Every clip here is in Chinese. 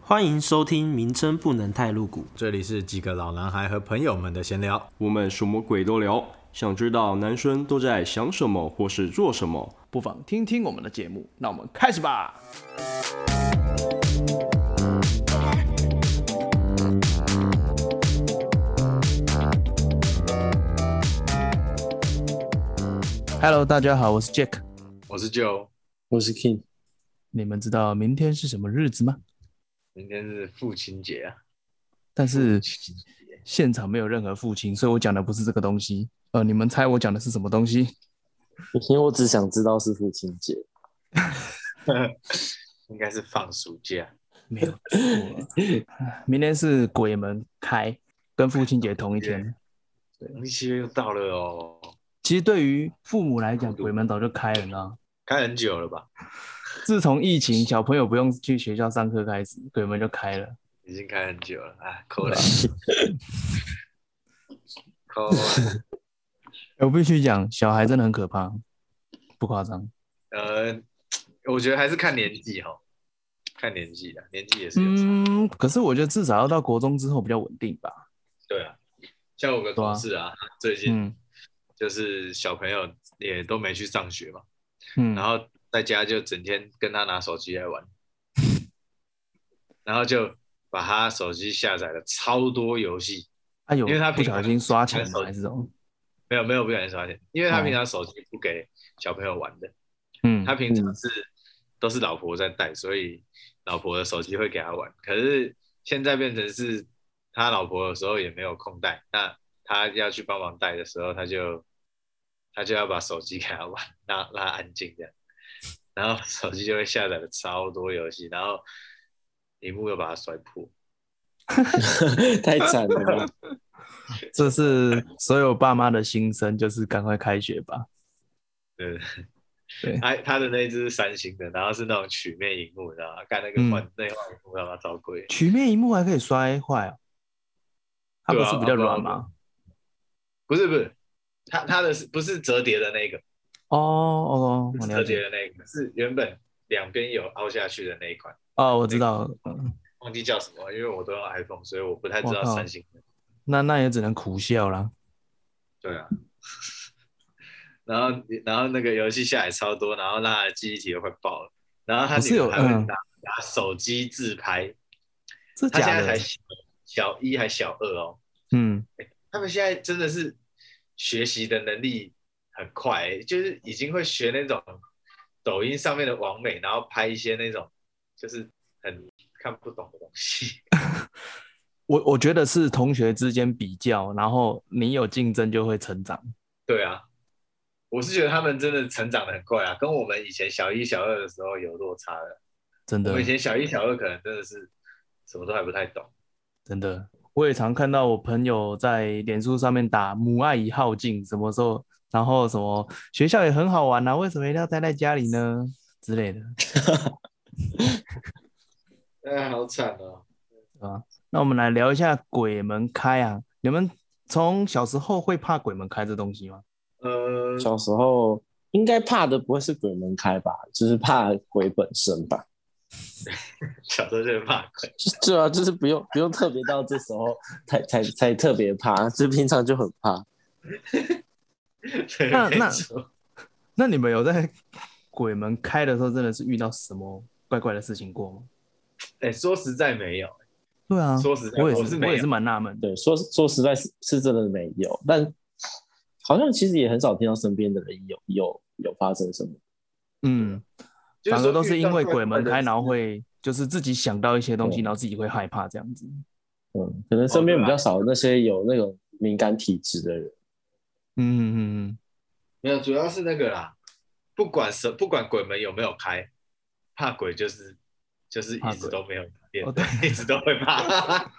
欢迎收听，名称不能太露骨。这里是几个老男孩和朋友们的闲聊，我们什么鬼都聊，想知道男生都在想什么或是做什么。不妨听听我们的节目。那我们开始吧。Hello，大家好，我是 Jack。我是 Joe，我是 King，你们知道明天是什么日子吗？明天是父亲节啊，但是现场没有任何父亲，所以我讲的不是这个东西。呃，你们猜我讲的是什么东西？因为我只想知道是父亲节。应该是放暑假。没有错，啊 明天是鬼门开，跟父亲节同一天。一七月又到了哦，其实对于父母来讲，鬼门早就开了呢。开很久了吧？自从疫情，小朋友不用去学校上课开始，鬼门就开了。已经开很久了， 哎，可怜，可怜。哎我必须讲，小孩真的很可怕，不夸张。呃，我觉得还是看年纪哈，看年纪的，年纪也是有啊差。嗯，可是我觉得至少要到国中之后比较稳定吧。对啊，像我个同事啊，最近嗯就是小朋友也都没去上学嘛，嗯，然后在家就整天跟他拿手机来玩，然后就把他手机下载了超多游戏，他啊有因为他不平小常心刷钱玩手还是这种，没有没有不小心刷钱，因为他哦平常手机不给小朋友玩的，嗯，他平常是都是老婆在带，所以老婆的手机会给他玩，可是现在变成是他老婆有时候也没有空带，那他要去帮忙带的时候，他就他就要把手机给他玩，让让他安静这样，然后手机就会下载了超多游戏，然后荧幕又把它摔破，太惨了吧，这是所有爸妈的心声，就是赶快开学吧。对。对他哎他的那一只是三星的，然后是那种曲面荧幕，你知道吗？干那个嗯换内换荧幕，他妈超贵。曲面荧幕还可以摔坏哦，它不对啊是比较软啊吗？不是不是，他他的是不是折叠的那个？哦哦，不我是了折叠解。的那个，是原本两边有凹下去的那一款，哦，我知道，嗯忘记叫什么，因为我都用 iPhone，所以我不太知道我靠三星的。那那也只能苦笑啦。对啊。 然后然后那个游戏下载超多，然后让他的记忆体都快爆了。然后他不是女儿有还会嗯拿、拿手机自拍，这他现假在才的，小小一还小二哦。嗯，他们现在真的是学习的能力很快、就是已经会学那种抖音上面的网美，然后拍一些那种就是很看不懂的东西。 我我觉得是同学之间比较，然后你有竞争就会成长。对啊，我是觉得他们真的成长的很快啊，跟我们以前小一、小二的时候有落差的。真我的们以，前小一、小二可能真的是什么都还不太懂。真的，我也常看到我朋友在脸书上面打“母爱已耗尽”，什么时候，然后什么学校也很好玩啊，为什么一定要待在家里呢之类的，哎，好惨哦！对吧？那我们来聊一下鬼门开啊，你们从小时候会怕鬼门开这东西吗？呃，小时候应该怕的不会是鬼门开吧，就是怕鬼本身吧。小时候就是怕鬼，就对啊，就是不用不用特别到这时候才才才特别怕，就平常就很怕。对那没那错那你们有在 鬼门开的时候真的是遇到什么怪怪的事情过吗？哎，说实在没有，对啊，说实在我也我是我没有也是蛮纳闷的。对，说说实在是是真的没有，但好像其实也很少听到身边的人有有有发生什么。嗯，就反说而都是遇因到为怪鬼门怪的开，事然后会就是自己想到一些东西，对然后自己会害怕这样子。嗯，可能身边哦对啊比较少那些有那种敏感体质的人。嗯嗯没有，主要是那个啦，不管什不管鬼门有没有开，怕鬼就是就是怕一直鬼都没有变，哦对 一直都会 怕。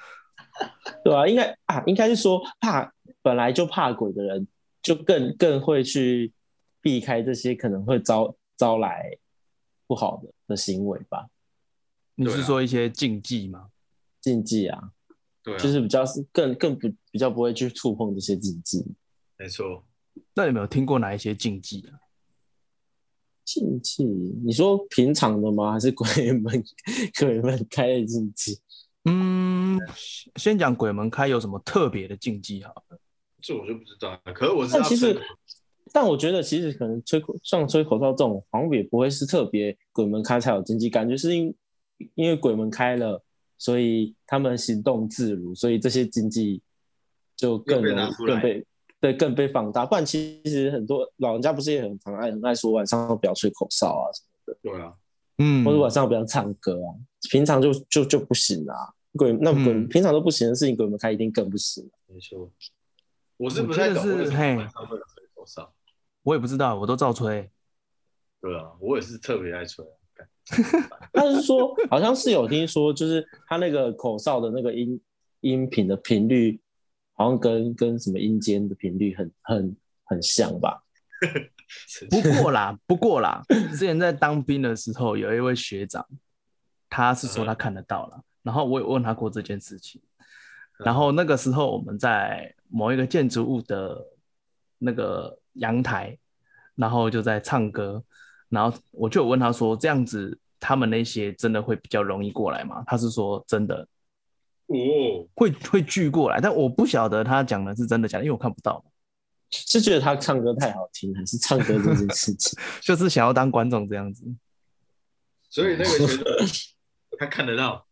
对啊，应该啊，应该是说怕本来就怕鬼的人，就更更会去避开这些可能会招招来不好的的行为吧，嗯，你对是啊说一些禁忌吗？禁忌啊，对、啊，就是比较是更更不比较不会去触碰这些禁忌。没错。那你们有听过哪一些禁忌啊？禁忌，你说平常的吗？还是鬼门 鬼门开的禁忌？嗯，先先讲鬼门开有什么特别的禁忌好了。这我就不知道了。可是啊我知但道其实圣火，但我觉得其实可能吹口像吹口哨这种，好像也不会是特别鬼门开才有经济感觉，是因因为鬼门开了，所以他们行动自如，所以这些经济就更又被容拿易出来更被对更被放大。不然其实很多老人家不是也很常爱很爱说晚上不要吹口哨啊，对啊，嗯，或者晚上不要唱歌啊，平常就就就不行啊。鬼那鬼、嗯平常都不行的事情，鬼门开一定更不行。啊没错。我是我不记太得懂是为什么嘿晚上会有吹口哨。我也不知道，我都照吹。对啊，我也是特别爱吹啊。干他是说，好像是有听说，就是他那个口哨的那个音音频的频率，好像跟跟什么音间的频率很很很像吧？神不奇过啦，不过啦，之前在当兵的时候，有一位学长，他是说他看得到了，然后我也问他过这件事情，然后那个时候我们在某一个建筑物的那个阳台，然后就在唱歌，然后我就有问他说，这样子他们那些真的会比较容易过来吗？他是说真的哦，会会聚过来，但我不晓得他讲的是真的假的，因为我看不到，是觉得他唱歌太好听，还是唱歌这件事情？就是想要当观众这样子，所以那个学生他看得到。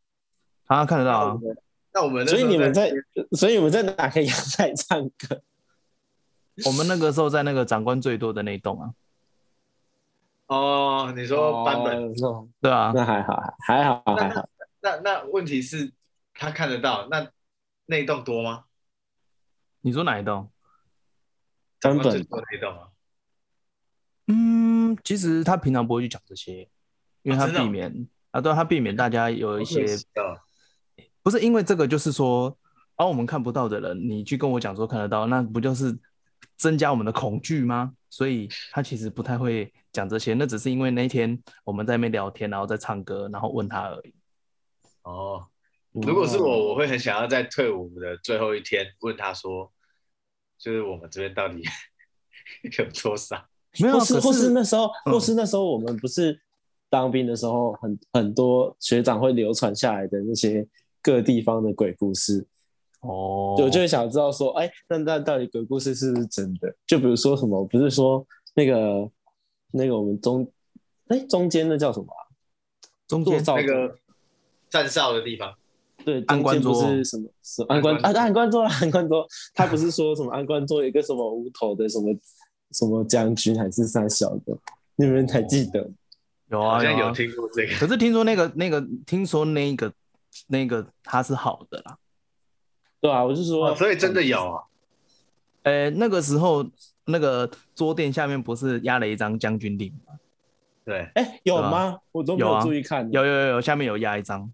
他看得到那我。啊们那我们 那所以时候你们在，所以你们在哪个阳台唱歌？ 我们那个时候在那个长官最多的那一栋啊，哦，你说版本，哦那对啊，那还好，还好，还好。那那问题是他看得到，那那一栋多吗？你说哪一栋？根哦本最多那一栋吗？嗯，其实他平常不会去讲这些，因为他啊真的哦避免啊，对啊他避免大家有一些哦不是因为这个，就是说，啊，我们看不到的人，你去跟我讲说看得到，那不就是增加我们的恐惧吗？所以他其实不太会讲这些，那只是因为那天我们在那边聊天，然后在唱歌，然后问他而已。哦，如果是嗯我，我会很想要在退伍的最后一天问他说，就是我们这边到底 有多少？没有啊，或是可或是那时候，嗯或是那时候我们不是当兵的时候，很很多学长会流传下来的那些各地方的鬼故事，哦，我就会想知道说，哎、那那到底鬼故事是不是真的？就比如说什么，不是说那个那个我们中哎、中间那叫什么啊、中做间造那个站哨的地方，对，安中官间不桌哦是什么什么安官安啊，安官桌官桌啦，安官桌，他不是说什么安官桌有一个什么无头的什么什么将军还是三小的，你们还记得？有哦好啊，像有啊有听过这个。可是听说那个那个，听说那个那个它是好的啦。对啊，我就说，哦，所以真的有啊，呃，那个时候那个桌垫下面不是压了一张将军令吗？对，哎、有对啊吗？我都没有有啊注意看。有有有有，下面有压一张，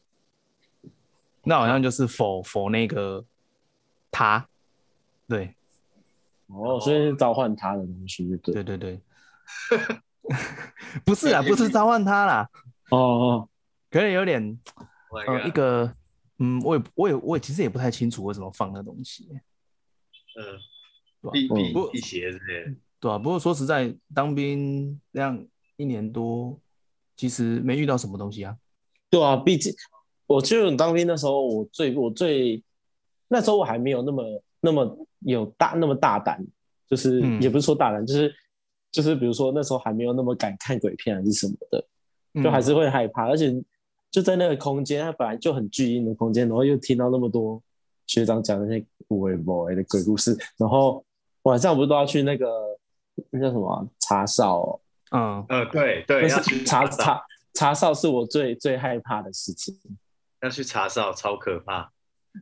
那好像就是否否那个他，对哦，所以是召唤他的东西，对对。对对， 不是啦，不是召唤他啦，哦哦，可能有点 Oh my 呃啊 God 一个嗯，我也我也我也其实也不太清楚为什么放那东西，嗯对吧，辟辟不辟邪之类的，对啊，不过说实在，当兵那样一年多，其实没遇到什么东西啊。对啊，毕竟我记得我当兵那时候，我最我最那时候我还没有那么那么有大那么大胆，就是、嗯也不是说大胆，就是就是比如说那时候还没有那么敢看鬼片还是什么的，嗯就嗯还是会害怕，而且就在那个空间，它本来就很巨硬的空间，然后又听到那么多学长讲那些无为不为的鬼故事，然后晚上不是都要去那个那叫什么啊茶哨、哦？嗯，呃，对对，要但去是查哨查查哨是我最最害怕的事情。要去查哨，超可怕。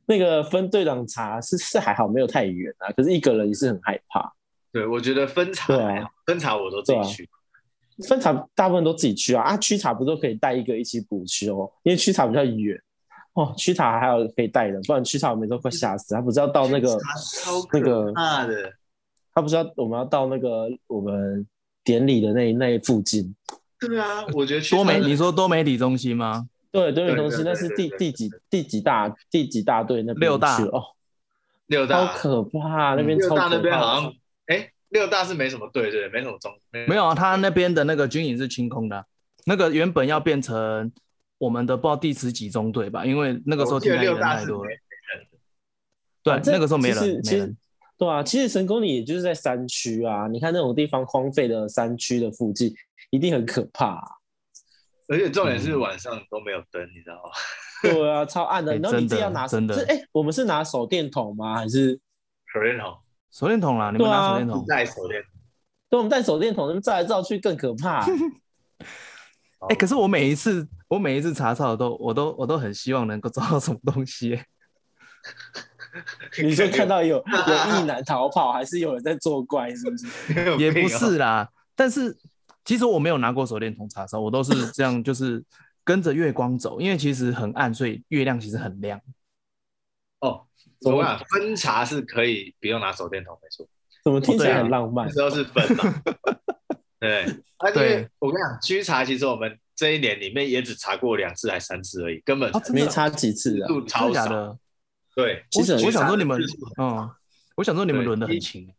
那个分队长查是是还好，没有太远啊，可是一个人也是很害怕。对，我觉得分查对啊还好分查我都自己对啊去，嗯分查大部分都自己去啊，啊，区查不都可以带一个一起补修，因为区查比较远哦，区查还有可以带人，不然区查我们都快吓死。他不是要到那个查超那个可，怕的，他不是要我们要到那个我们典礼的那那附近，对啊，我觉得去多媒，查你说多媒体中心吗？对，对对有东西对那是对第对第几第几大第几大队那边六大去了哦，六大超可怕，那边六超大可怕，那边好像，哎，六大是没什么队，对，没什么中，没有啊，他那边的那个军营是清空的啊、那个原本要变成我们的不知道第十几中队吧，因为那个时候我记进得来人六大太是多了没，对，哦这那个时候没其实人，其没实人，对啊，其实成功里也就是在山区啊，你看那种地方荒废的山区的附近，一定很可怕、 啊。而且重点嗯是晚上都没有灯，你知道吗？对啊，超暗的。哎然后你自真己的要拿真的是哎、我们是拿手电筒吗？还是手电筒，手电筒啦，你们对拿啊手电筒，带哦手电筒，对，我们带手电筒，那么照来照去更可 怕、啊哎、可是我每一次我每一次查哨都我都我都很希望能够找到什么东西耶、你说看 到有有异男逃跑，还是有人在作怪，是不是？也不有病哦，是啦，但是其实我没有拿过手电筒查哨，我都是这样，就是跟着月光走，因为其实很暗，所以月亮其实很亮。哦，我想分茶是可以不用拿手电筒，没错，怎么听起对来啊很浪漫那？时候是分嘛。 对，而且对我跟你讲，居茶其实我们这一年里面也只查过两次还三次而已，根本哦真的没差几次啊。度真超的假少。的？对，其实我很我想说你们居茶的次数，嗯，我想说你们对轮的很一勤。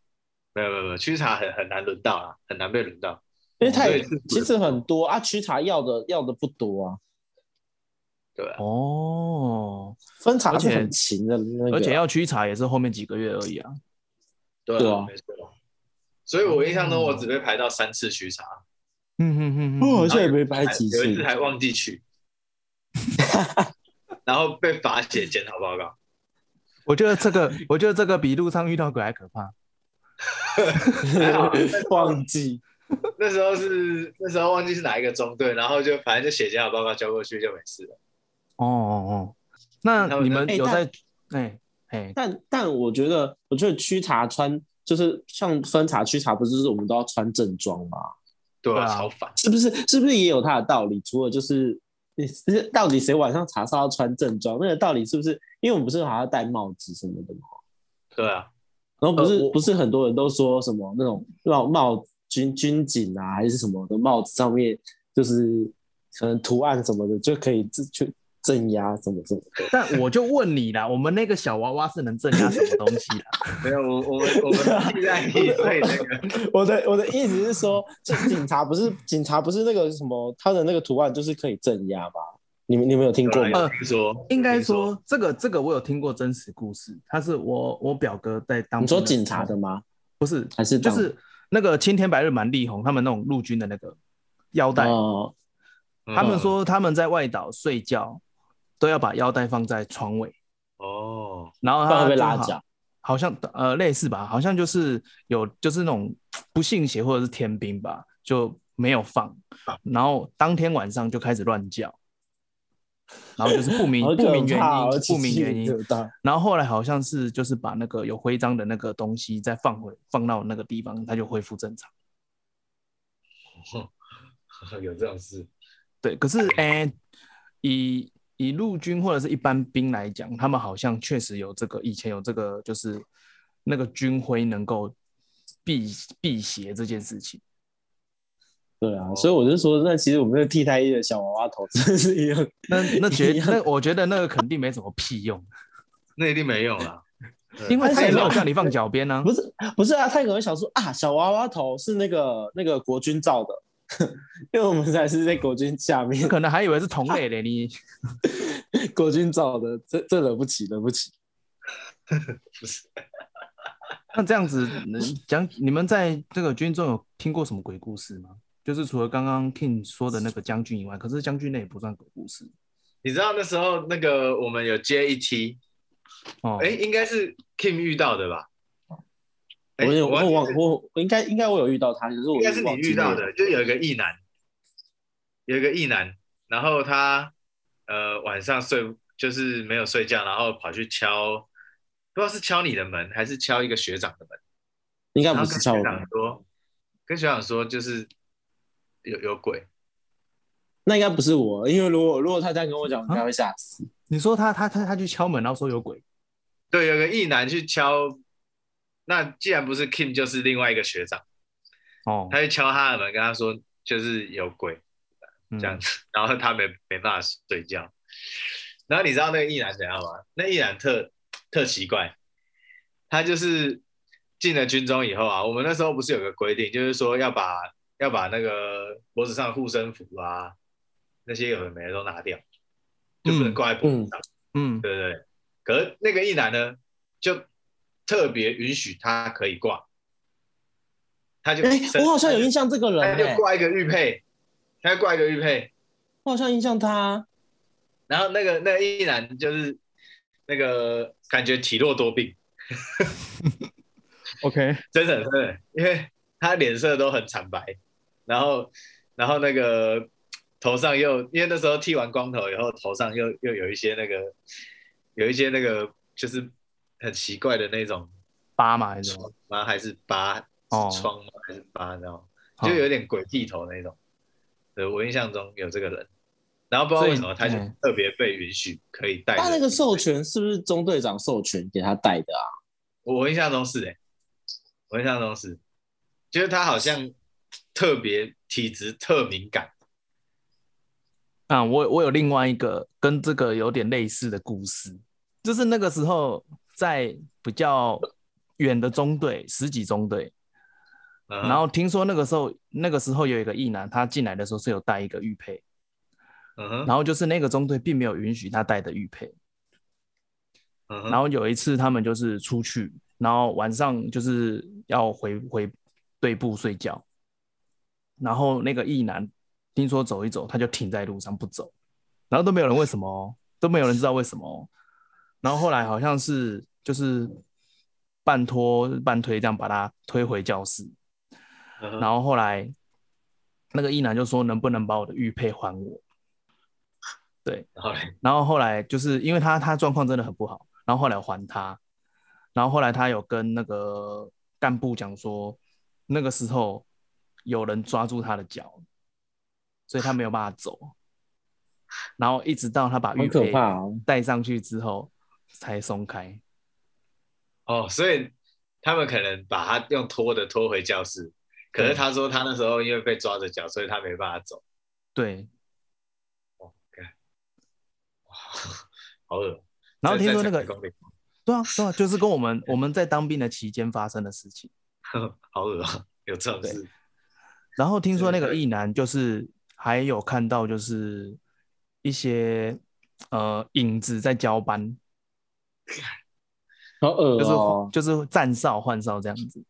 没有没有没有，居茶很很难轮到啊，很难被轮到。因为它也对是其实很多啊，区茶要的要的不多啊，对啊，哦，分茶而是且很勤的那个，而 且要驱查也是后面几个月而已啊。对对啊没错。所以我印象中我只被排到三次居茶，嗯哼哼我好哼，像也没排几有次一次，还忘记去， 然后被罚写检讨报告。我觉得这个，我觉得这个比路上遇到鬼还可怕。忘记。那时候是那时候忘记是哪一个中队，然后就反正就写检讨报告交过去就没事了。哦哦哦，那他们你们哎有但在？哎哎，但但我觉得，我觉得区茶穿就是像分茶区茶，不是就是我们都要穿正装吗？对啊，对啊超烦。是不是？是不是也有它的道理？除了就是你是到底谁晚上茶烧要穿正装？那个道理是不是？因为我们不是还要戴帽子什么的吗？对啊，然后不是、呃我不是很多人都说什么那种帽帽子军军警啊还是什么的帽子上面就是可能图案什么的就可以自去镇压什么什么的。但我就问你啦，我们那个小娃娃是能镇压什么东 西啦？没有我我们我们替代役所以那个我的我的意思是说，就警察不是警察不是那个什么他的那个图案就是可以镇压吧？你们你们有 听过有吗？啊啦有听说应该有听说这个这个我有听过真实故事，他是我我表哥在当你说兵时候警察的吗？啊不是，还是就当是那个青天白日满地红他们那种陆军的那个腰带，哦嗯他们说他们在外岛睡觉都要把腰带放在床尾，哦， 然后不然他会被就拉好闸。好像呃类似吧，好像就是有就是那种不信邪或者是天兵吧，就没有放，然后当天晚上就开始乱叫，然后就是不 明好不可明原怕哦因，不明原。奇因迹，大然后后来好像是就是把那个有徽章的那个东西再放回放到那个地方，它就恢复正常。有这种事。对，可是哎、以以陆军或者是一般兵来讲，他们好像确实有这个，以前有这个，就是那个军徽能够避避邪这件事情。对啊，所以我就说，那其实我们的替代役的小娃娃头真是一样，那那 绝一样那我觉得那个肯定没什么屁用，那一定没用啦，对因为他也没有而且叫你放脚边呢不。是不是啊？他可能会想说啊，小娃娃头是那个那个国军造的， 因为我们才是在国军下面， 可能还以为是同类嘞，你国军造的，这这惹不起，惹不起。那这样子嗯讲，你们在这个军中有听过什么鬼故事吗？就是除了刚刚 King 说的那个将军以外，可是将军那也不算鬼故事你知道那时候那个我们有接一梯，哦。哎，应该是 Kim 遇到的吧？我诶有我有忘记了我我应该应该我有遇到他，可是我应该是你忘记遇到了的，就有一个异男，有一个异男，然后他呃晚上睡就是没有睡觉，然后跑去敲，不知道是敲你的门还是敲一个学长的门，应该然后不跟是叫学我长们，说，跟学长说就是有有鬼，那应该不是我，因为如果如果他这样跟我讲，我应该会吓死。你说他他他他去敲门，然后说有鬼，对，有个异男去敲，那既然不是 Kim 就是另外一个学长，哦，他去敲他的门，跟他说就是有鬼，嗯这样子，然后他没没办法睡觉。然后你知道那个一男怎样吗？那一男特特奇怪，他就是进了军中以后啊，我们那时候不是有个规定，就是说要把要把那个脖子上的护身符啊，那些有的没的都拿掉，就不能挂在脖子上， 嗯，对不对？可是那个一男呢，就特别允许他可以挂，他就哎、我好像有印象，象这个人、他就哎，挂一个玉佩，他就挂一个玉佩，我好像印象他。然后那个那个一男就是那个感觉体弱多病， OK，真的真的，因为他脸色都很惨白，然后然后那个头上又因为那时候剃完光头以后，头上又又有一些那个有一些那个就是很奇怪的那种八嘛还是什么疮吗？还是疤？哦是疮吗？还是疤？然后好就有点鬼剃头那种。对，我印象中有这个人，然后不知道所以为什么他就嗯特别被允许可以带着。他那个授权是不是中队长授权给他带的啊？我我印象中是哎、我印象中是，就是他好像特别体质特敏感，啊，我我有另外一个跟这个有点类似的故事，就是那个时候在比较远的中队，十几中队，嗯哼然后听说那个时候那个时候有一个异男，他进来的时候是有带一个玉佩，嗯哼，然后就是那个中队并没有允许他带的玉佩，嗯哼然后有一次他们就是出去，然后晚上就是要回回队部睡觉，然后那个异男听说走一走，他就停在路上不走，然后都没有人为什么哦，都没有人知道为什么哦。然后后来好像是就是半拖半推这样把他推回教室，嗯哼然后后来那个异男就说能不能把我的玉佩还我？然后嘞，然后后来就是因为他他状况真的很不好，然后后来还他，然后后来他有跟那个干部讲说，那个时候有人抓住他的脚，所以他没有办法走，然后一直到他把玉好可佩怕哦戴上去之后才松开，哦，所以他们可能把他用拖的拖回教室，可是对他说他那时候因为被抓着脚，所以他没办法走，对，好恶。哦然后在听说那在个成功里对啊对啊，就是跟我们我们在当兵的期间发生的事情。 好恶啊，有这种事，然后听说那对个对异男就是还有看到就是一些呃影子在交班，好恶就是哦、就是站哨换哨这样子。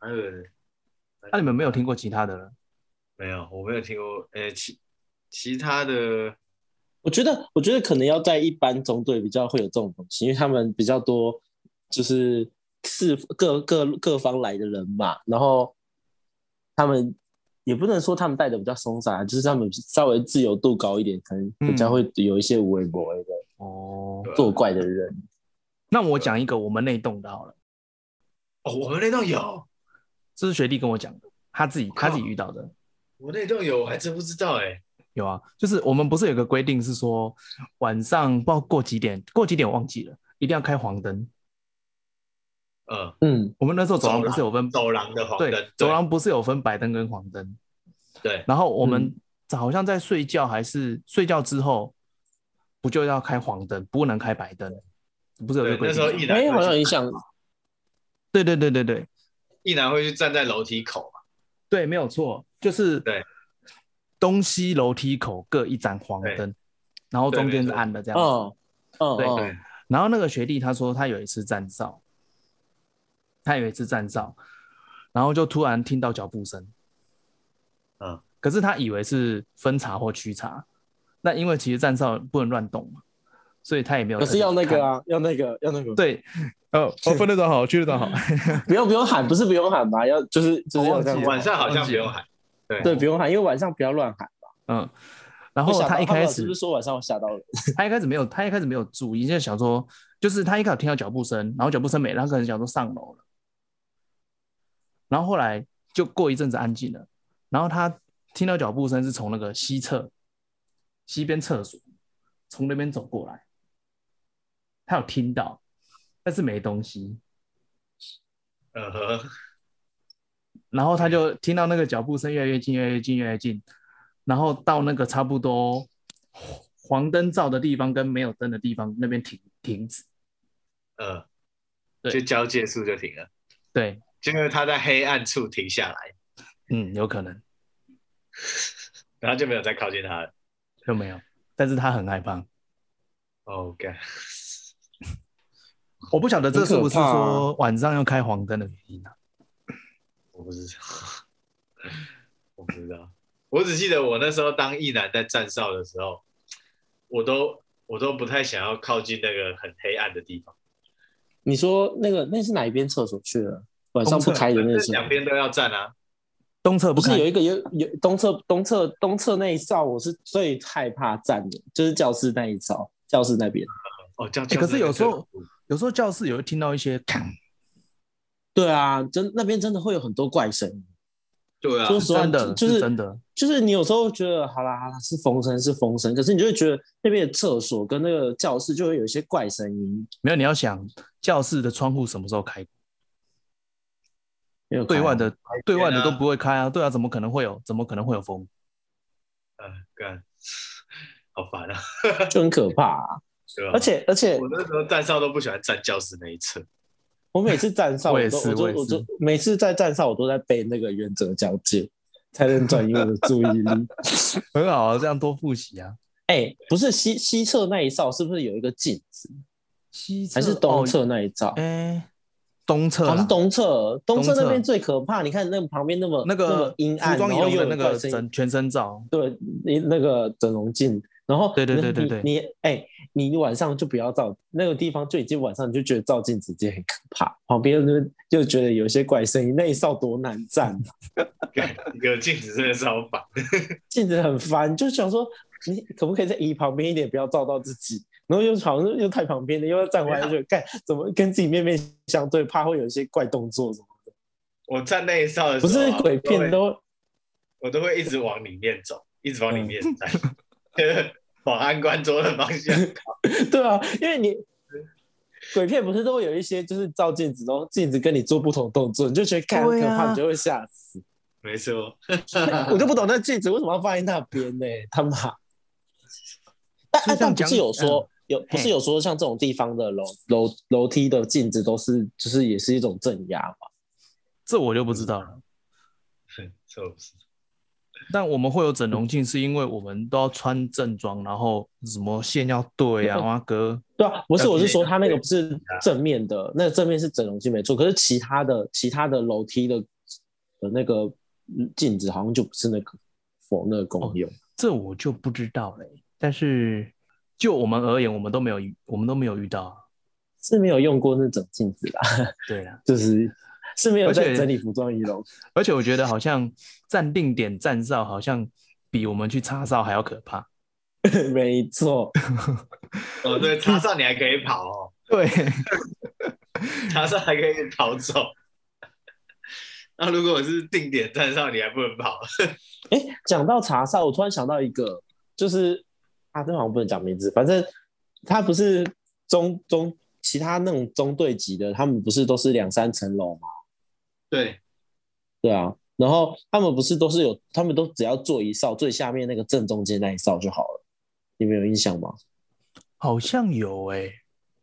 蛮恶的。那、你们没有听过其他的了？没有，我没有听过。呃，其其他的，我觉得，我觉得可能要在一般中队比较会有这种东西，因为他们比较多，就是是各各各方来的人嘛，然后他们也不能说他们带的比较松散，啊就是他们稍微自由度高一点，可能比较会有一些无微不微的哦，对啊作怪的人。那我讲一个我们内洞的好了，哦，我们那栋有，这是学弟跟我讲的，他自己靠他自己遇到的。我那栋有，我还真不知道哎、有啊，就是我们不是有个规定是说晚上不知道过几点，过几点我忘记了，一定要开黄灯。嗯，嗯，我们那时候走廊走不廊是有分走廊的黄灯，对，走廊不是有分白灯跟黄灯，对，然后我们嗯好像在睡觉还是睡觉之后，不就要开黄灯，不能开白灯，不是有对这个，规那时定候吗？一男哎、会去好像有影响，对对对对对一男会去站在楼梯口嘛，对，没有错，就是对东西楼梯口各一盏黄灯，然后中间是暗的这样子。哦，哦，对哦对，然后那个学弟他说他有一次站哨，他有一次站哨，然后就突然听到脚步声，嗯，可是他以为是分查或驱查，那因为其实站哨不能乱动嘛，所以他也没有嗯可特别看。是要那个啊，要那个，要那个，，对，哦，哦，分队长好，区队长好， 不用不用喊，不是不用喊嘛，要就是就是要我忘这样记子了晚上好像不用喊，对，不用喊，因为晚上不要乱喊。嗯，然我后想他到一开们始是不是说晚上我吓到人？他一开始没有，他一开始没有注意，就想说，就是他一开始听到脚步声，然后脚步声没了，他可能想说上楼了，然后后来就过一阵子安静了，然后他听到脚步声是从那个西侧西边厕所从那边走过来，他有听到，但是没东西，嗯哼，然后他就听到那个脚步声越来越近，越来越近，越来越近，然后到那个差不多黄灯照的地方跟没有灯的地方那边停停止。嗯，对就交界处就停了，对，就是他在黑暗处停下来，嗯，有可能然后就没有再靠近他了。有没有？但是他很害怕，哦，干，我不晓得这是不是很可怕啊说晚上要开黄灯的原因啊？我不知道，我不知道，我只记得我那时候当一男在站哨的时候，我都我都不太想要靠近那个很黑暗的地方，你说那个那是哪一边厕所去了？晚上不东侧开的那个但是是哪两边都要站啊。东侧不是不开有，一个有有东侧东侧东侧那一哨，我是最害怕站的，就是教室那一哨，教室那边。哦，这样、欸可是这样有时候更恐有时候教室也会听到一些咔，对啊，真那边真的会有很多怪声音。怖对啊，说实话，真的就是是真的，就是你有时候觉得好啦好啦是风声是风声，可是你就会觉得那边的厕所跟那个教室就会有一些怪声音。没有你要想教室的窗户什么时候开？没有开对啊外的对外的啊都不会开啊，对啊，怎么可能会有？怎么可能会有风？嗯，干，好烦啊，就很可怕啊、对吧？而且而且我那时候站哨都不喜欢站教室那一侧，我每次站哨，我也都是我都我也是我都每次在站哨，我都在背那个原则交界，才能转移我的注意 力。很好啊，这样多复习啊。哎、不是西西侧那一哨是不是有一个镜子？西还侧是东侧？那一哨？哦哎，东侧好啦像是东侧，东侧东侧那边最可怕。你看那个旁边那么那那个么阴暗，服装然后仪又容有的那怪个声音整全身照，对，你那个整容镜，然后对对那对对你对你哎、你晚上就不要照那个地方，就已经晚上你就觉得照镜子直接很可怕，旁边就就觉得有一些怪声音，那一哨多难站啊，干有镜子真的是好烦。镜子很烦，就想说你可不可以再移旁边一点，不要照到自己，然后又好像又太旁边了，又要站回来，就觉得干怎么跟自己面面相对，怕会有一些怪动作什么的，我站那一哨的时不候啊、是鬼片我都会，都我都会一直往里面走，一直嗯往里面站，就是往安官桌的方向。对啊，因为你鬼片不是都会有一些就是照镜子，然后镜子跟你做不同动作，你就觉得看很对可啊怕，你就会吓死。没错， 我就不懂那镜子为什么要放在那边呢、他妈！但但所以这样但不是讲有说、嗯有不是嘿有说像这种地方的楼楼楼梯的镜子都是就是也是一种镇压嘛？这我就不知道了。这我不是但我们会有整容镜，是因为我们都要穿正装，然后什么线要对 啊，嗯哇哥，对啊，不是，要我是说对它那个不是正面的，那个正面是整容镜没错，可是其他的其他的楼梯的的那个嗯镜子好像就不是那个否那个功用。这我就不知道嘞、但是就我们而言，我们都没有遇，我们都没有遇到啊。是没有用过那种镜子啦，啊对啦，就是是没有而且在整理服装仪 容。而且我觉得好像站定点站哨，好像比我们去插哨还要可怕。没错，哦，对，插上你还可以跑哦，对，插上还可以逃走。那如果我是定点站上，你还不能跑？哎，讲到茶哨，我突然想到一个，就是啊，这好像不能讲名字，反正他不是中中其他那种中队级的，他们不是都是两三层楼嘛？对，对啊，然后他们不是都是有，他们都只要做一哨，最下面那个正中间那一哨就好了。你们有印象吗？ 好像有哎、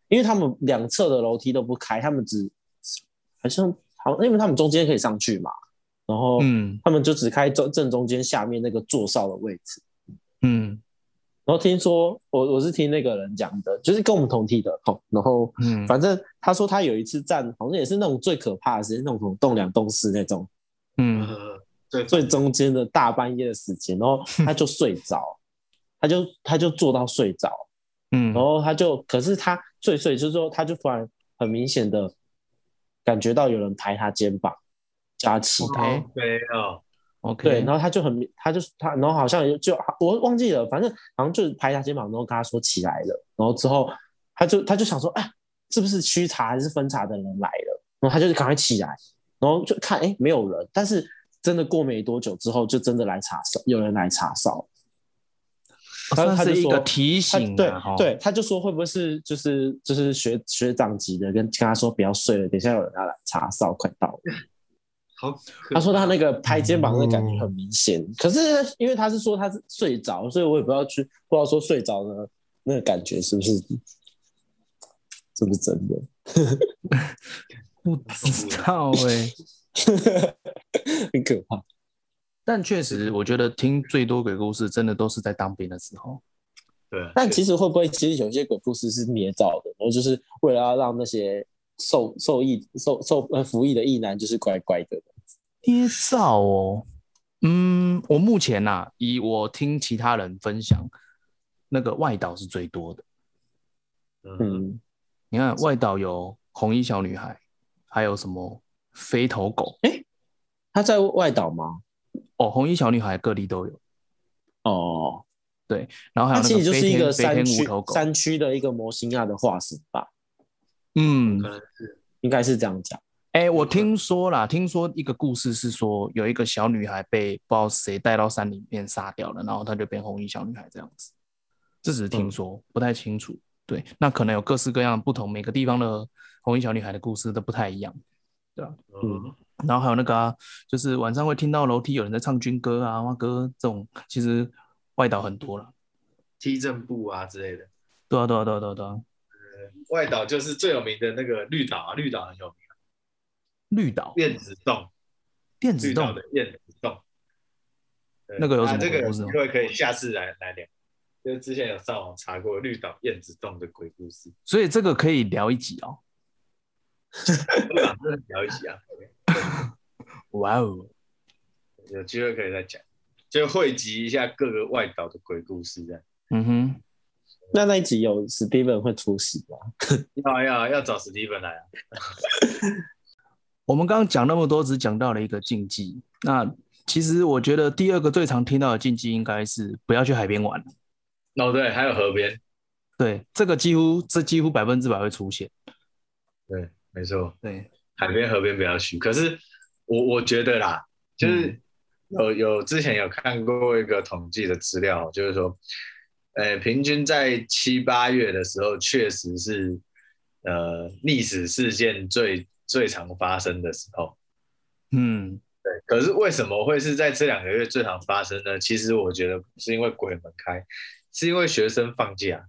因为他们两侧的楼梯都不开，他们只好像好像，因为他们中间可以上去嘛，然后嗯他们就只开正正中间下面那个坐哨的位置。嗯然后听说我我是听那个人讲的，就是跟我们同梯的，哦、然后嗯，反正他说他有一次站，好像也是那种最可怕的时间，那种动两动四那种嗯呃，对，最中间的大半夜的时间，然 后他就睡着，他就他就坐到睡着，嗯，然后他就，可是他睡睡，就是说他就突然很明显的感觉到有人拍他肩膀，叫他起来。 OK 没有， OK，对，然后他就很明，他就他，然后好像就我忘记了，反正好像就是拍他肩膀，然后跟他说起来了，然后之后他就他就想说，啊，是不是驱茶还是分茶的人来了？然后他就赶快起来，然后就看，哎，没有人，但是真的过没多久之后，就真的来查哨，有人来查哨，哦他算他就是一说个提他醒、啊，对齁，对，他就说会不会是就是就是学学长级的跟跟他说不要睡了，等一下有人要来查哨，快到了。好可怕。他说他那个拍肩膀的感嗯觉很明显，可是因为他是说他是睡着，所以我也不知道去不知道说睡着呢那个感觉是不是是不是真的。不知 道哎、很可怕。但确实，我觉得听最多鬼故事，真的都是在当兵的时候。对啊，但其实会不会，其实有些鬼故事是捏造的，然后就是为了要让那些受受役受受呃服役的役男就是乖乖的。捏造哦，嗯，我目前呐、啊，以我听其他人分享，那个外岛是最多的。嗯，嗯，你看外岛有红衣小女孩，还有什么飞头狗他在外岛吗？哦，红衣小女孩各地都有，哦，然后还它有那其实就个是飞一天个飞山天无区头狗，山区的一个模型亚啊的化石吧，嗯，可能应该是这样讲。哎、我听说啦，听说一个故事是说，有一个小女孩被不知道谁带到山里面杀掉了，然后她就变红衣小女孩这样子。这只是听说，不太清楚。对，那可能有各式各样不同，每个地方的红衣小女孩的故事都不太一样。嗯，然后还有那个啊，就是晚上会听到楼梯有人在唱军歌啊、哇歌这种，其实外岛很多了。踢正步啊之类的。对啊，对啊，对啊，对啊，对啊。外岛就是最有名的那个绿岛啊，绿岛很有名，绿岛燕子洞，电绿子岛洞的燕子洞。对那个有什么啊这个鬼有故事机吗会可以下次来来聊。就之前有上网查过绿岛燕子洞的鬼故事， 所以这个可以聊一集哦。绿岛真的聊一集啊，哇哦，有机会可以再讲，就汇集一下各个外岛的鬼故事这样。嗯哼，那那一集有 Steven 会出席吗？要啊要啊要找史蒂芬来啊，我们刚刚讲那么多，只讲到了一个禁忌。那其实我觉得第二个最常听到的禁忌应该是不要去海边玩。哦对，还有河边，对，这个几乎这几乎百分之百会出现。对，没错，对，海边河边不要去。可是我我觉得啦，就是有有之前有看过一个统计的资料，就是说，呃，平均在七八月的时候，确实是呃历史事件最最常发生的时候。嗯，可是为什么会是在这两个月最常发生呢？其实我觉得不是因为鬼门开，是因为学生放假。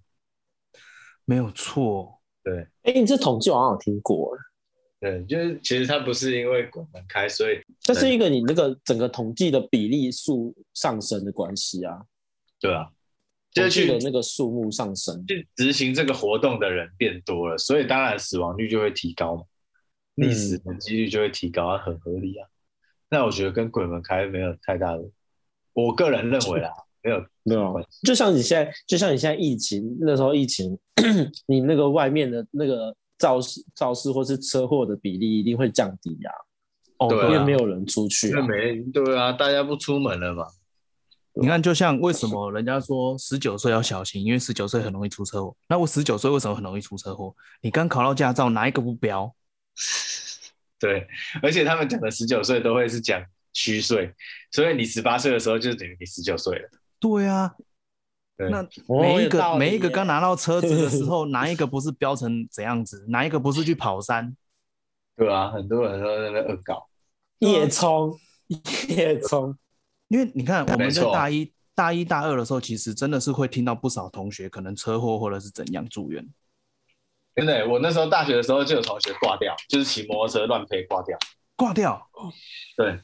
没有错。对哎、你这统计我好像有听过，对，就是其实它不是因为鬼门开，所以这是一个你那个整个统计的比例数上升的关系啊，对啊，就统是计去的那个数目上升。去执行这个活动的人变多了，所以当然死亡率就会提高嘛，溺死的几率就会提高，啊很合理啊。那我觉得跟鬼门开没有太大的，我个人认为啊啦，没有没有啊，就像你现在，就像你现在疫情 那时候疫情，你那个外面的那个肇事、肇事或是车祸的比例一定会降低啊，哦，对啊因啊为没有人出去因啊、为没对啊，大家不出门了嘛，你看，就像为什么人家说十九岁要小心，因为十九岁很容易出车祸。那我十九岁为什么很容易出车祸？你刚考到驾照，哪一个不标？对，而且他们讲的十九岁都会是讲虚岁，所以你十八岁的时候就等于你十九岁了。对啊，对那哦每一有道理个每一个耶刚拿到车子的 时候，哪一个不是标成怎样子？哪一个不是去跑山？对啊，很多人都在那边恶搞，夜冲，夜冲，因为你看，我们没在错大一、大一、大二的时候，其实真的是会听到不少同学可能车祸或者是怎样住院。真的，我那时候大学的时候就有同学挂掉，就是骑摩托车乱飞挂掉。挂掉，对，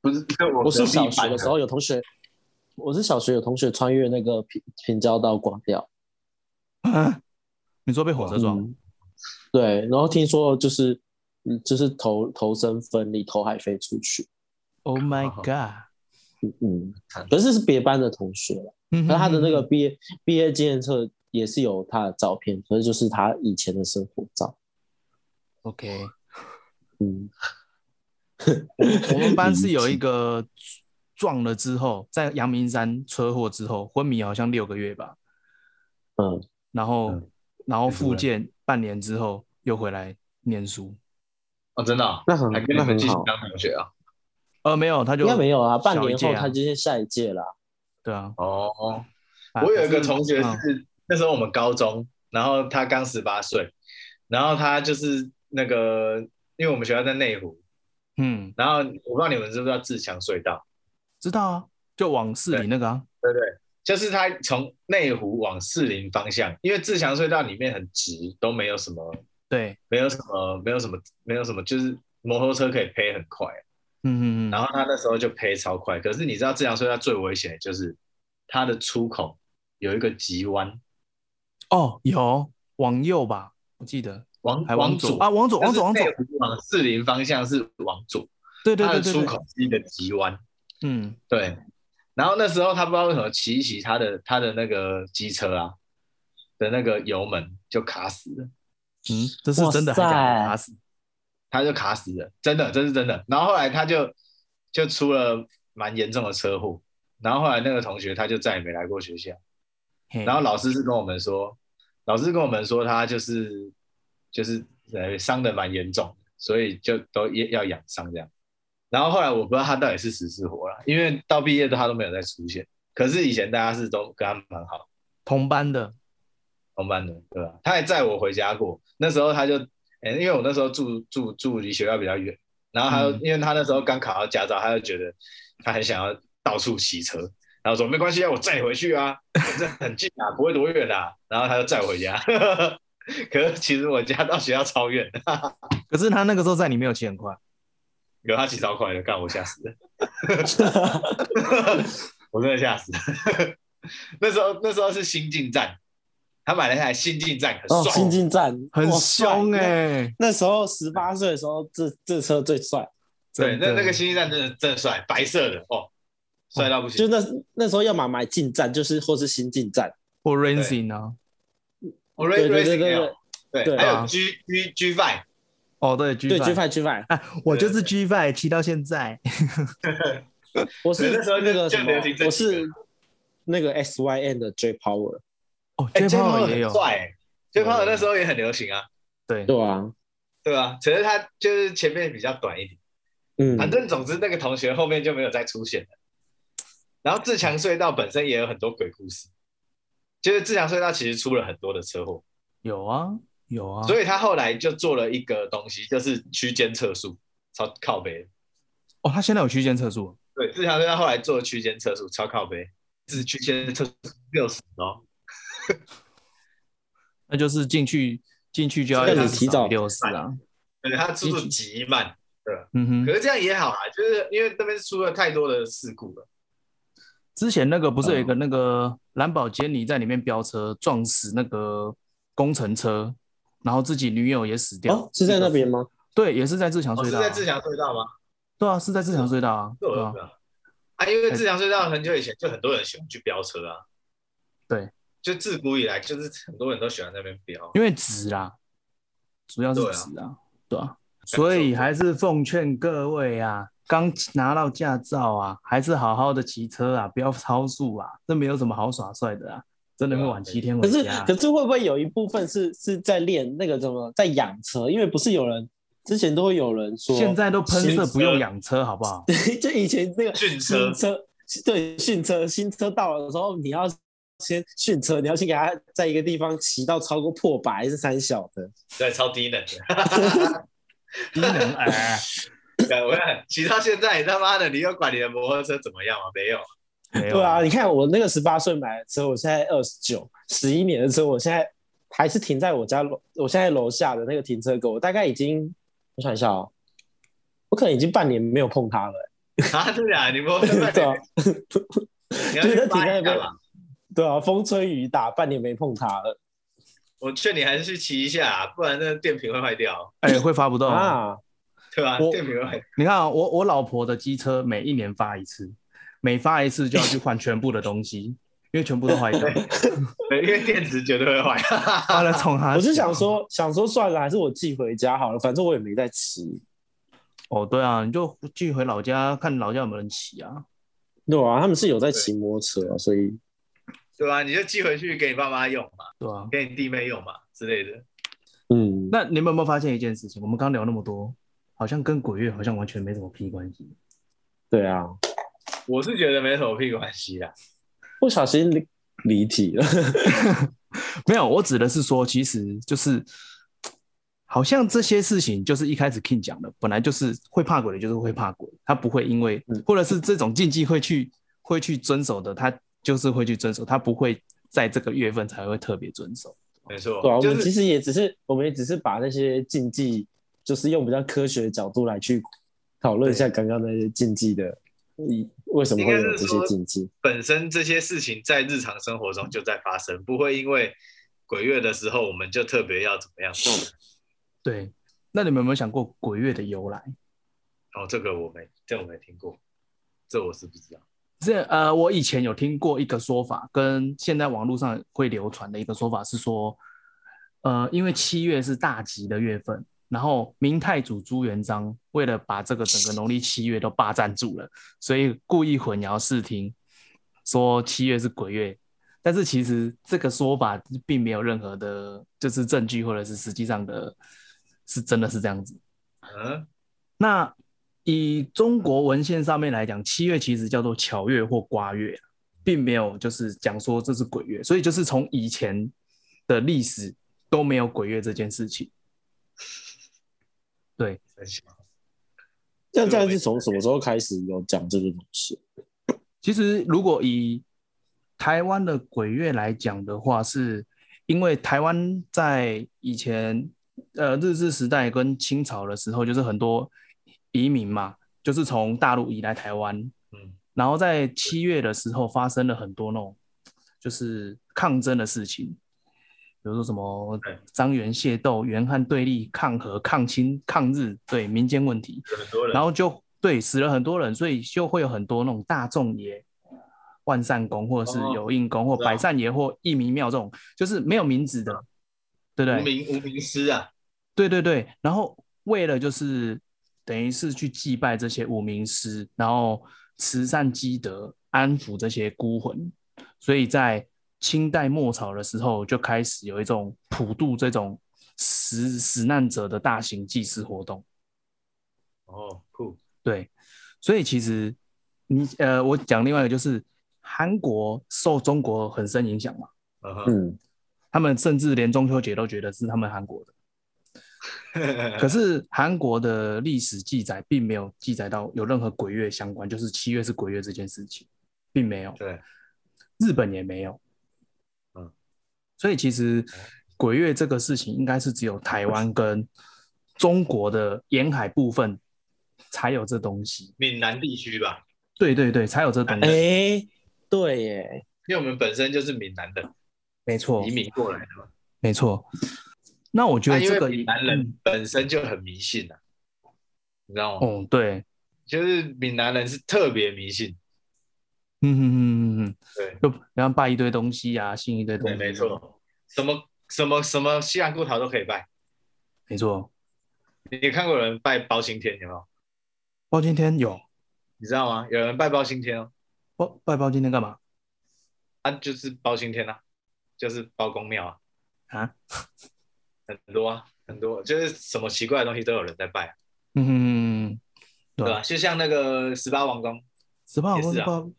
不是，就我我是隔壁小学班的时候有同学，我是小学有同学穿越那个平平交道挂掉，啊、你说被火车撞，嗯，对，然后听说就是，嗯，就是头头身分离，头还飞出去， ？Oh my 好 god！嗯嗯，可是是别班的同学啦，嗯可是他的那哼个毕业毕业纪念册也是有他的照片，可是就是他以前的生活照， OK，嗯，我们班是有一个撞了之后，在阳明山车祸之后昏迷，好像六个月吧，嗯，然后、嗯然后再出复来健半年之后又回来念书，哦，真的哦、那很嗯还跟你那们很继续好，当同学啊？呃，没有，他就应该没有啊，半小一年届后啊他就是下一届 啦，对啊，哦，啊我有一可个是同学嗯是那时候我们高中，然后他刚十八岁，然后他就是那个，因为我们学校在内湖，嗯，然后我不知道你们知不知道自强隧道，知道啊，就往市里对那个啊，对不对？就是他从内湖往士林方向，因为自强隧道里面很直，都没有什么对，没有什么，没有什么，没有什么，就是摩托车可以飞很快，嗯嗯嗯，然后他那时候就飞超快。可是你知道自强隧道最危险的就是它的出口有一个急弯，哦，有往右吧，我记得往还往左啊，往左，往左，往左，就是内湖往士林方向是往左，对对它对的对出对，口是一个急弯。嗯，对，然后那时候他不知道为什么骑一骑他的他的那个机车啊的那个油门就卡死了，嗯，这是真的还哇塞假的？打死，他就卡死了，真的，这是真的。然后后来他就就出了蛮严重的车祸，然后后来那个同学他就再也没来过学校。嘿然后老师是跟我们说，老师跟我们说他就是就是呃伤的蛮严重的，所以就都也要养伤这样。然后后来我不知道他到底是死是活了，因为到毕业的他都没有再出现。可是以前大家是都跟他蛮好，同班的，同班的，对吧？他还载我回家过，那时候他就，哎，因为我那时候住住住离学校比较远，然后他就、嗯因为他那时候刚考到驾照，他就觉得他很想要到处骑车，然后说没关系啊，我载你回去啊，反正很近啊，不会多远啊，然后他就载我回家。 可是其实我家到学校超远，可是他那个时候在你没有骑很快，有他骑超快的，干我吓死了， 我真的吓死了。 那时候那时候是新进站，他买了一台新进站，很哦，帅，新进站很哇凶帅哎、那时候十八岁的时候，这这车最帅，对，那真的那个星际战真的真的帅，白色的哦，帅到不哦就行。那那时候要么买进站，就是或是新进站，或 Racing 啊，我对 Ray 对 Ray 对 Racing 也对有对，对，对还有啊 G G G Five，哦对 G 对 G Five G Five，哎，我就是 G 对 Five 骑到现在，我是对那时候就那个就什么流行，这我几个是那个 S Y N 的 J Power，哦哎 J ，J Power Power 也有很，帅欸，J 嗯 Power 那时候也很流行啊，对，对啊，对吧？只是他就是前面比较短一点，嗯，反正总之那个同学后面就没有再出现了。然后自强隧道本身也有很多鬼故事，就是自强隧道其实出了很多的车祸，有啊有啊，所以他后来就做了一个东西，就是区间测速，超靠北的。哦他现在有区间测速，对，自强队他后来做区间测速，超靠背，是区间测速六十哦，那就是进去进去就要这个你提早六十啊，对，他速度极慢。嗯哼可，是这样也好啊，就是因为那边出了太多的事故了。之前那个不是有一个嗯那个蓝宝坚尼在里面飙车撞死那个工程车，然后自己女友也死掉，哦是在那边吗？对，也是在自强哦，隧是道、啊在自强隧道吗？对啊，是在自强隧道啊，这我对就啊不知，道。啊，因为自强隧道很久以前就很多人喜欢去飙车啊。对，就自古以来就是很多人都喜欢在那边飙。因为值啦，主要是对啊值啊，对啊，所以还是奉劝各位啊，刚拿到驾照啊，还是好好的骑车啊，不要超速啊，这没有什么好耍帅的啊，真的会晚七天可回是家。啊啊可是会不会有一部分是是在练那个什么，在养车？因为不是有人之前都会有人说，现在都喷射行不用车养车，好不好？ 就以前那个训车新车，对训车，新车到了的时候，你要先训车，你要先给它在一个地方骑到超过破百还是三小的，对，超低能的。低能哎儿。对我看骑到现在，你他妈的，你有管你的摩托车怎么样啊吗？没有。没有对啊，，你看我那个十八岁买的车，我现在二十九，十一年的车，我现在还是停在我家楼，我现在楼下的那个停车格，我大概已经，我想一下哦，我可能已经半年没有碰它了、啊，真的啊，你摩托车欸 对啊，你要去就是扒停在那一下边吧。对啊，风吹雨打，半年没碰它了我劝你还是去骑一下、啊不然那个电瓶会坏掉，哎、会发不动啊！啊，对吧、我电瓶会坏。你看啊、我我老婆的机车每一年发一次，每发一次就要去换全部的东西，因为全部都坏掉。对，因为电池绝对会坏。发了冲他，我是想，说，想说算了，还是我寄回家好了，反正我也没在骑。哦，对啊，你就寄回老家看老家有没有人骑啊。对啊，他们是有在骑摩托车啊，所以对吧、你就寄回去给你爸妈用嘛，对啊，给你弟妹用嘛之类的。嗯，那你们有没有发现一件事情？我们刚聊那么多，好像跟鬼月好像完全没什么屁关系。对啊，我是觉得没什么屁关系啦。不小心离离题哦了。没有，我指的是说，其实就是好像这些事情，就是一开始 King 讲的，本来就是会怕鬼的，就是会怕鬼，他不会因为嗯或者是这种禁忌会去会去遵守的，他就是会去遵守，他不会在这个月份才会特别遵守。没错，对啊，我就们其是实也只是，我们也只是把那些禁忌，就是用比较科学的角度来去讨论一下刚刚那些禁忌的，嗯为什么应会该有是这说些禁忌？本身这些事情在日常生活中就在发生，不会因为鬼月的时候我们就特别要怎么样。对，那你们有没有想过鬼月的由来？哦，这个我没，这我没听过，这我是不知道。这呃，我以前有听过一个说法，跟现在网络上会流传的一个说法是说，呃，因为七月是大吉的月份，然后明太祖朱元璋为了把这个整个农历七月都霸占住了，所以故意混淆视听，说七月是鬼月，但是其实这个说法并没有任何的，就是证据或者是实际上的，是真的是这样子。嗯，那以中国文献上面来讲，七月其实叫做巧月或瓜月，啊并没有就是讲说这是鬼月，所以就是从以前的历史都没有鬼月这件事情。很小那这样是从什么时候开始有讲这个东西？其实如果以台湾的鬼月来讲的话，是因为台湾在以前呃日治时代跟清朝的时候，就是很多移民嘛，就是从大陆移来台湾，嗯，然后在七月的时候发生了很多那种就是抗争的事情，比如说什么对张元械斗、元汉对立、抗荷、抗清、抗日，对民间问题，有很多人，然后就对死了很多人，所以就会有很多那种大众爷、万善宫或者是哦有印宫或知道百善爷或义民庙这种，就是没有名字的，对不对无？名无名师啊，对对对，然后为了就是等于是去祭拜这些无名师，然后慈善积德，安抚这些孤魂，所以在清代末朝的时候就开始有一种普渡这种死死难者的大型祭祀活动。哦，酷，对，所以其实你呃，我讲另外一个就是韩国受中国很深影响嘛，嗯嗯，他们甚至连中秋节都觉得是他们韩国的。哼，可是韩国的历史记载并没有记载到有任何鬼月相关，就是七月是鬼月这件事情，并没有。 对，日本也没有。嗯，所以其实鬼月这个事情应该是只有台湾跟中国的沿海部分才有这东西。闽南地区吧，对对对，才有这东西。哎、对耶，因为我们本身就是闽南的没错移，民过来的嘛，没错。那我觉那啊得因这为个嗯闽南人本身就很迷信啊，你知道吗？嗯，哦，对，就是闽南人是特别迷信，嗯嗯嗯嗯嗯，对就然后拜一堆东西啊，信一堆东对，西，没，错，什么什么什么西洋古陶都可以拜。没错。你你看过有人拜包青天有没有？包青天有你知道吗？有人拜包青天哦，包拜包青天干嘛啊，就是包青天啊，就是包公庙啊，啊？很多啊，很多，就是什么奇怪的东西都有人在拜啊、嗯哼嗯嗯，嗯对对啊吧、就像那个十八王公，十八王公也是啊包，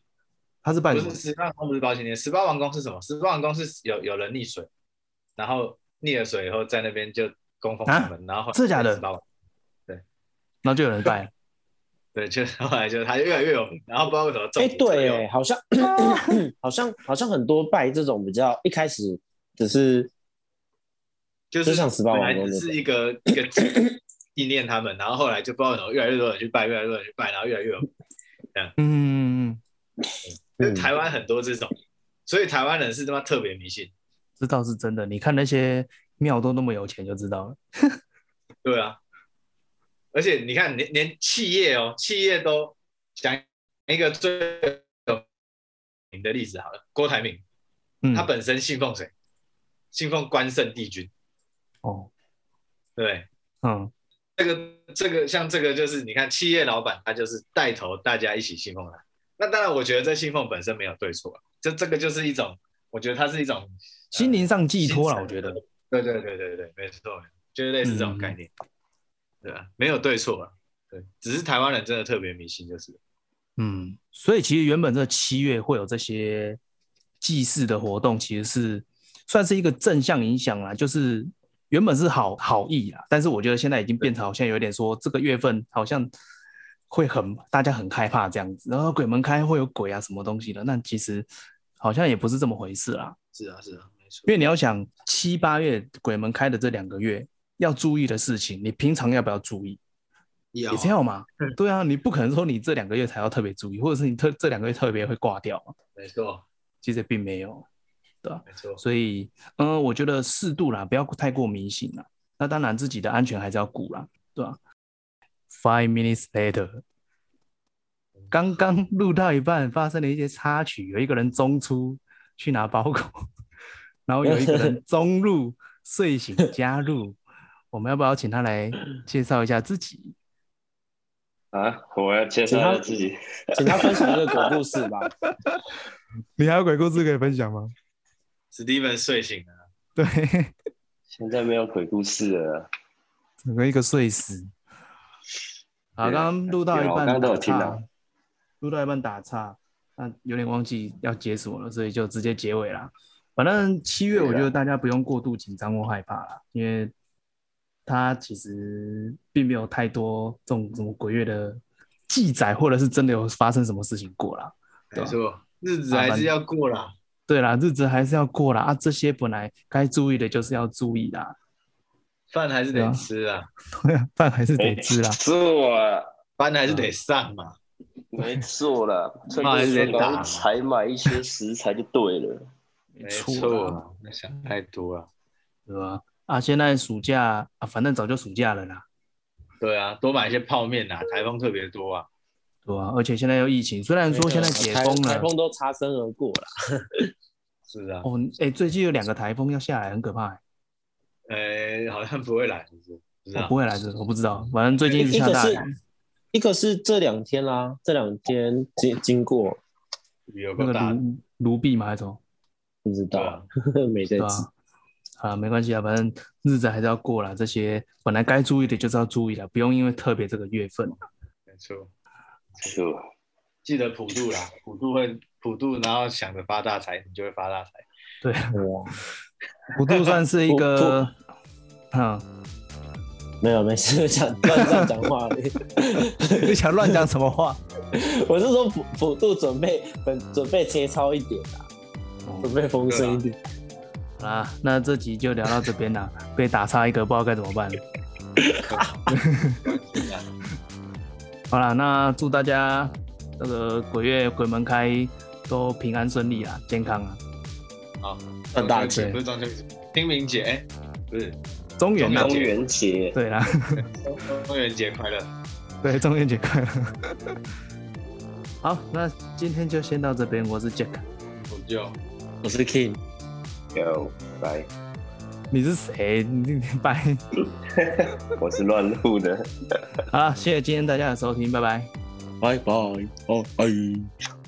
他是拜不什么是？十八王公不是包青天，十八王公是什么？十八王公是有有人溺水，然后溺了水以后在那边就供奉他们，然后啊真的假的十八王然后就有 人拜了。对，就后来就他就越来越有名，然后不知道为什么中哎、毒对左右耶，好 像好像好像很多拜这种比较一开始只是就就是像十八本王来公只那是种一个一个纪纪念他们，然后后来就不知道为什么越来越多人去拜，越来越多人去拜，然后越来越有名。嗯嗯嗯嗯，就是嗯台湾很多这种，所以台湾人是他妈特别迷信。知道是真的。你看那些庙都那么有钱，就知道了。对啊，而且你看，连连企业哦，企业都讲一个最有名的例子好了，郭台铭，嗯，他本身信奉谁？信奉关圣帝君，哦，对不对。嗯，这个这个像这个就是你看企业老板他就是带头大家一起信奉他。那当然，我觉得这信奉本身没有对错啊，这这个就是一种，我觉得它是一种呃心灵上寄托了，我信觉仰得。嗯对对对对对，没错，就是类似这种概念，对啊，没有对错啊，对，只是台湾人真的特别迷信，就是嗯，所以其实原本这七月会有这些祭祀的活动，其实是算是一个正向影响啦，就是原本是好好意啦，但是我觉得现在已经变成好像有点说这个月份好像会很大家很害怕这样子，然后鬼门开会有鬼啊什么东西的，那其实好像也不是这么回事啦。是啊是啊，没错。因为你要想七八月鬼门开的这两个月要注意的事情，你平常要不要注意？你也是要嘛？对啊，你不可能说你这两个月才要特别注意，或者是你特这两个月特别会挂掉嘛，没错，其实并没有，对吧、没错，所以，嗯、我觉得适度啦，不要太过迷信啦。那当然，自己的安全还是要顾啦，对吧、Five minutes later，刚刚录到一半发生了一些插曲，有一个人中出去拿包裹， 然后有一个人中路睡醒加入。我们要不要请他来介绍一下自己？ 啊，我要介其他绍自己。请他分享一个鬼故事吧。你还有鬼故事可以分享吗？史蒂芬睡醒了， 对，现在没有鬼故事了。整个一个睡死。好，对啊刚刚录到一有半我刚刚都有打听岔到录到一半打岔，那有点忘记要解锁了，所以就直接结尾啦。反正七月，对啊我觉得大家不用过度紧张或害怕啦，因为它其实并没有太多这种什么鬼月的记载，或者是真的有发生什么事情过啦。对没啊错，日子还是要过啦。对啦，日子还是要过啦啊，这些本来该注意的就是要注意啦， 饭还是对得啊吃啊，对啊，饭还是得吃啦。做了，班还是啊得上嘛。没做了，趁骂着人春打赶快采买一些食材就对了。没错啊啦，错，那想太多啊了。对吧？啊，现在暑假啊，反正早就暑假了啦，对啊，多买一些泡面嗯啊，台风特别多啊。对吧？而且现在又疫情，虽然说现在解封台了台，风都擦身而过了。是啊，哦，哎、最近有两个台风要下来，很可怕、欸。呃，好像不会来，是不是？不知我啊道不。会来这，我不知道，反正最近一直一下个大是雨。一个是这两天啦，这两天经经过有个那个大卢卢碧嘛，还是什么？不知对道啊， 没在对吧记。？啊，没关系啊，反正日子还是要过啦。这些本来该注意的就是要注意了，不用因为特别这个月份。没错，就记得普渡啦，普渡会普渡，然后想着发大财，你就会发大财。对，啊哇，普渡算是一个，嗯，没有没事，讲乱乱讲话 而已。 你想乱讲什么话？我是说普普渡准备本准备切超一点啊，准备丰盛一点。哦好啦，那这集就聊到这边啦，被打岔一个，不知道该怎么办。好啦，那祝大家那个鬼月鬼门开都平安顺利啦，健康啊，赚大钱不是中秋节，清明节，哎不是中元啊中，元节，对啦，中元节快乐， 对，中元节快乐。 好，那今天就先到这边，我是 Jack，我们就我是 King，有来，你是谁？你拜。我是乱录的。好啦，谢谢今天大家的收听，拜拜。拜拜，哦，哎。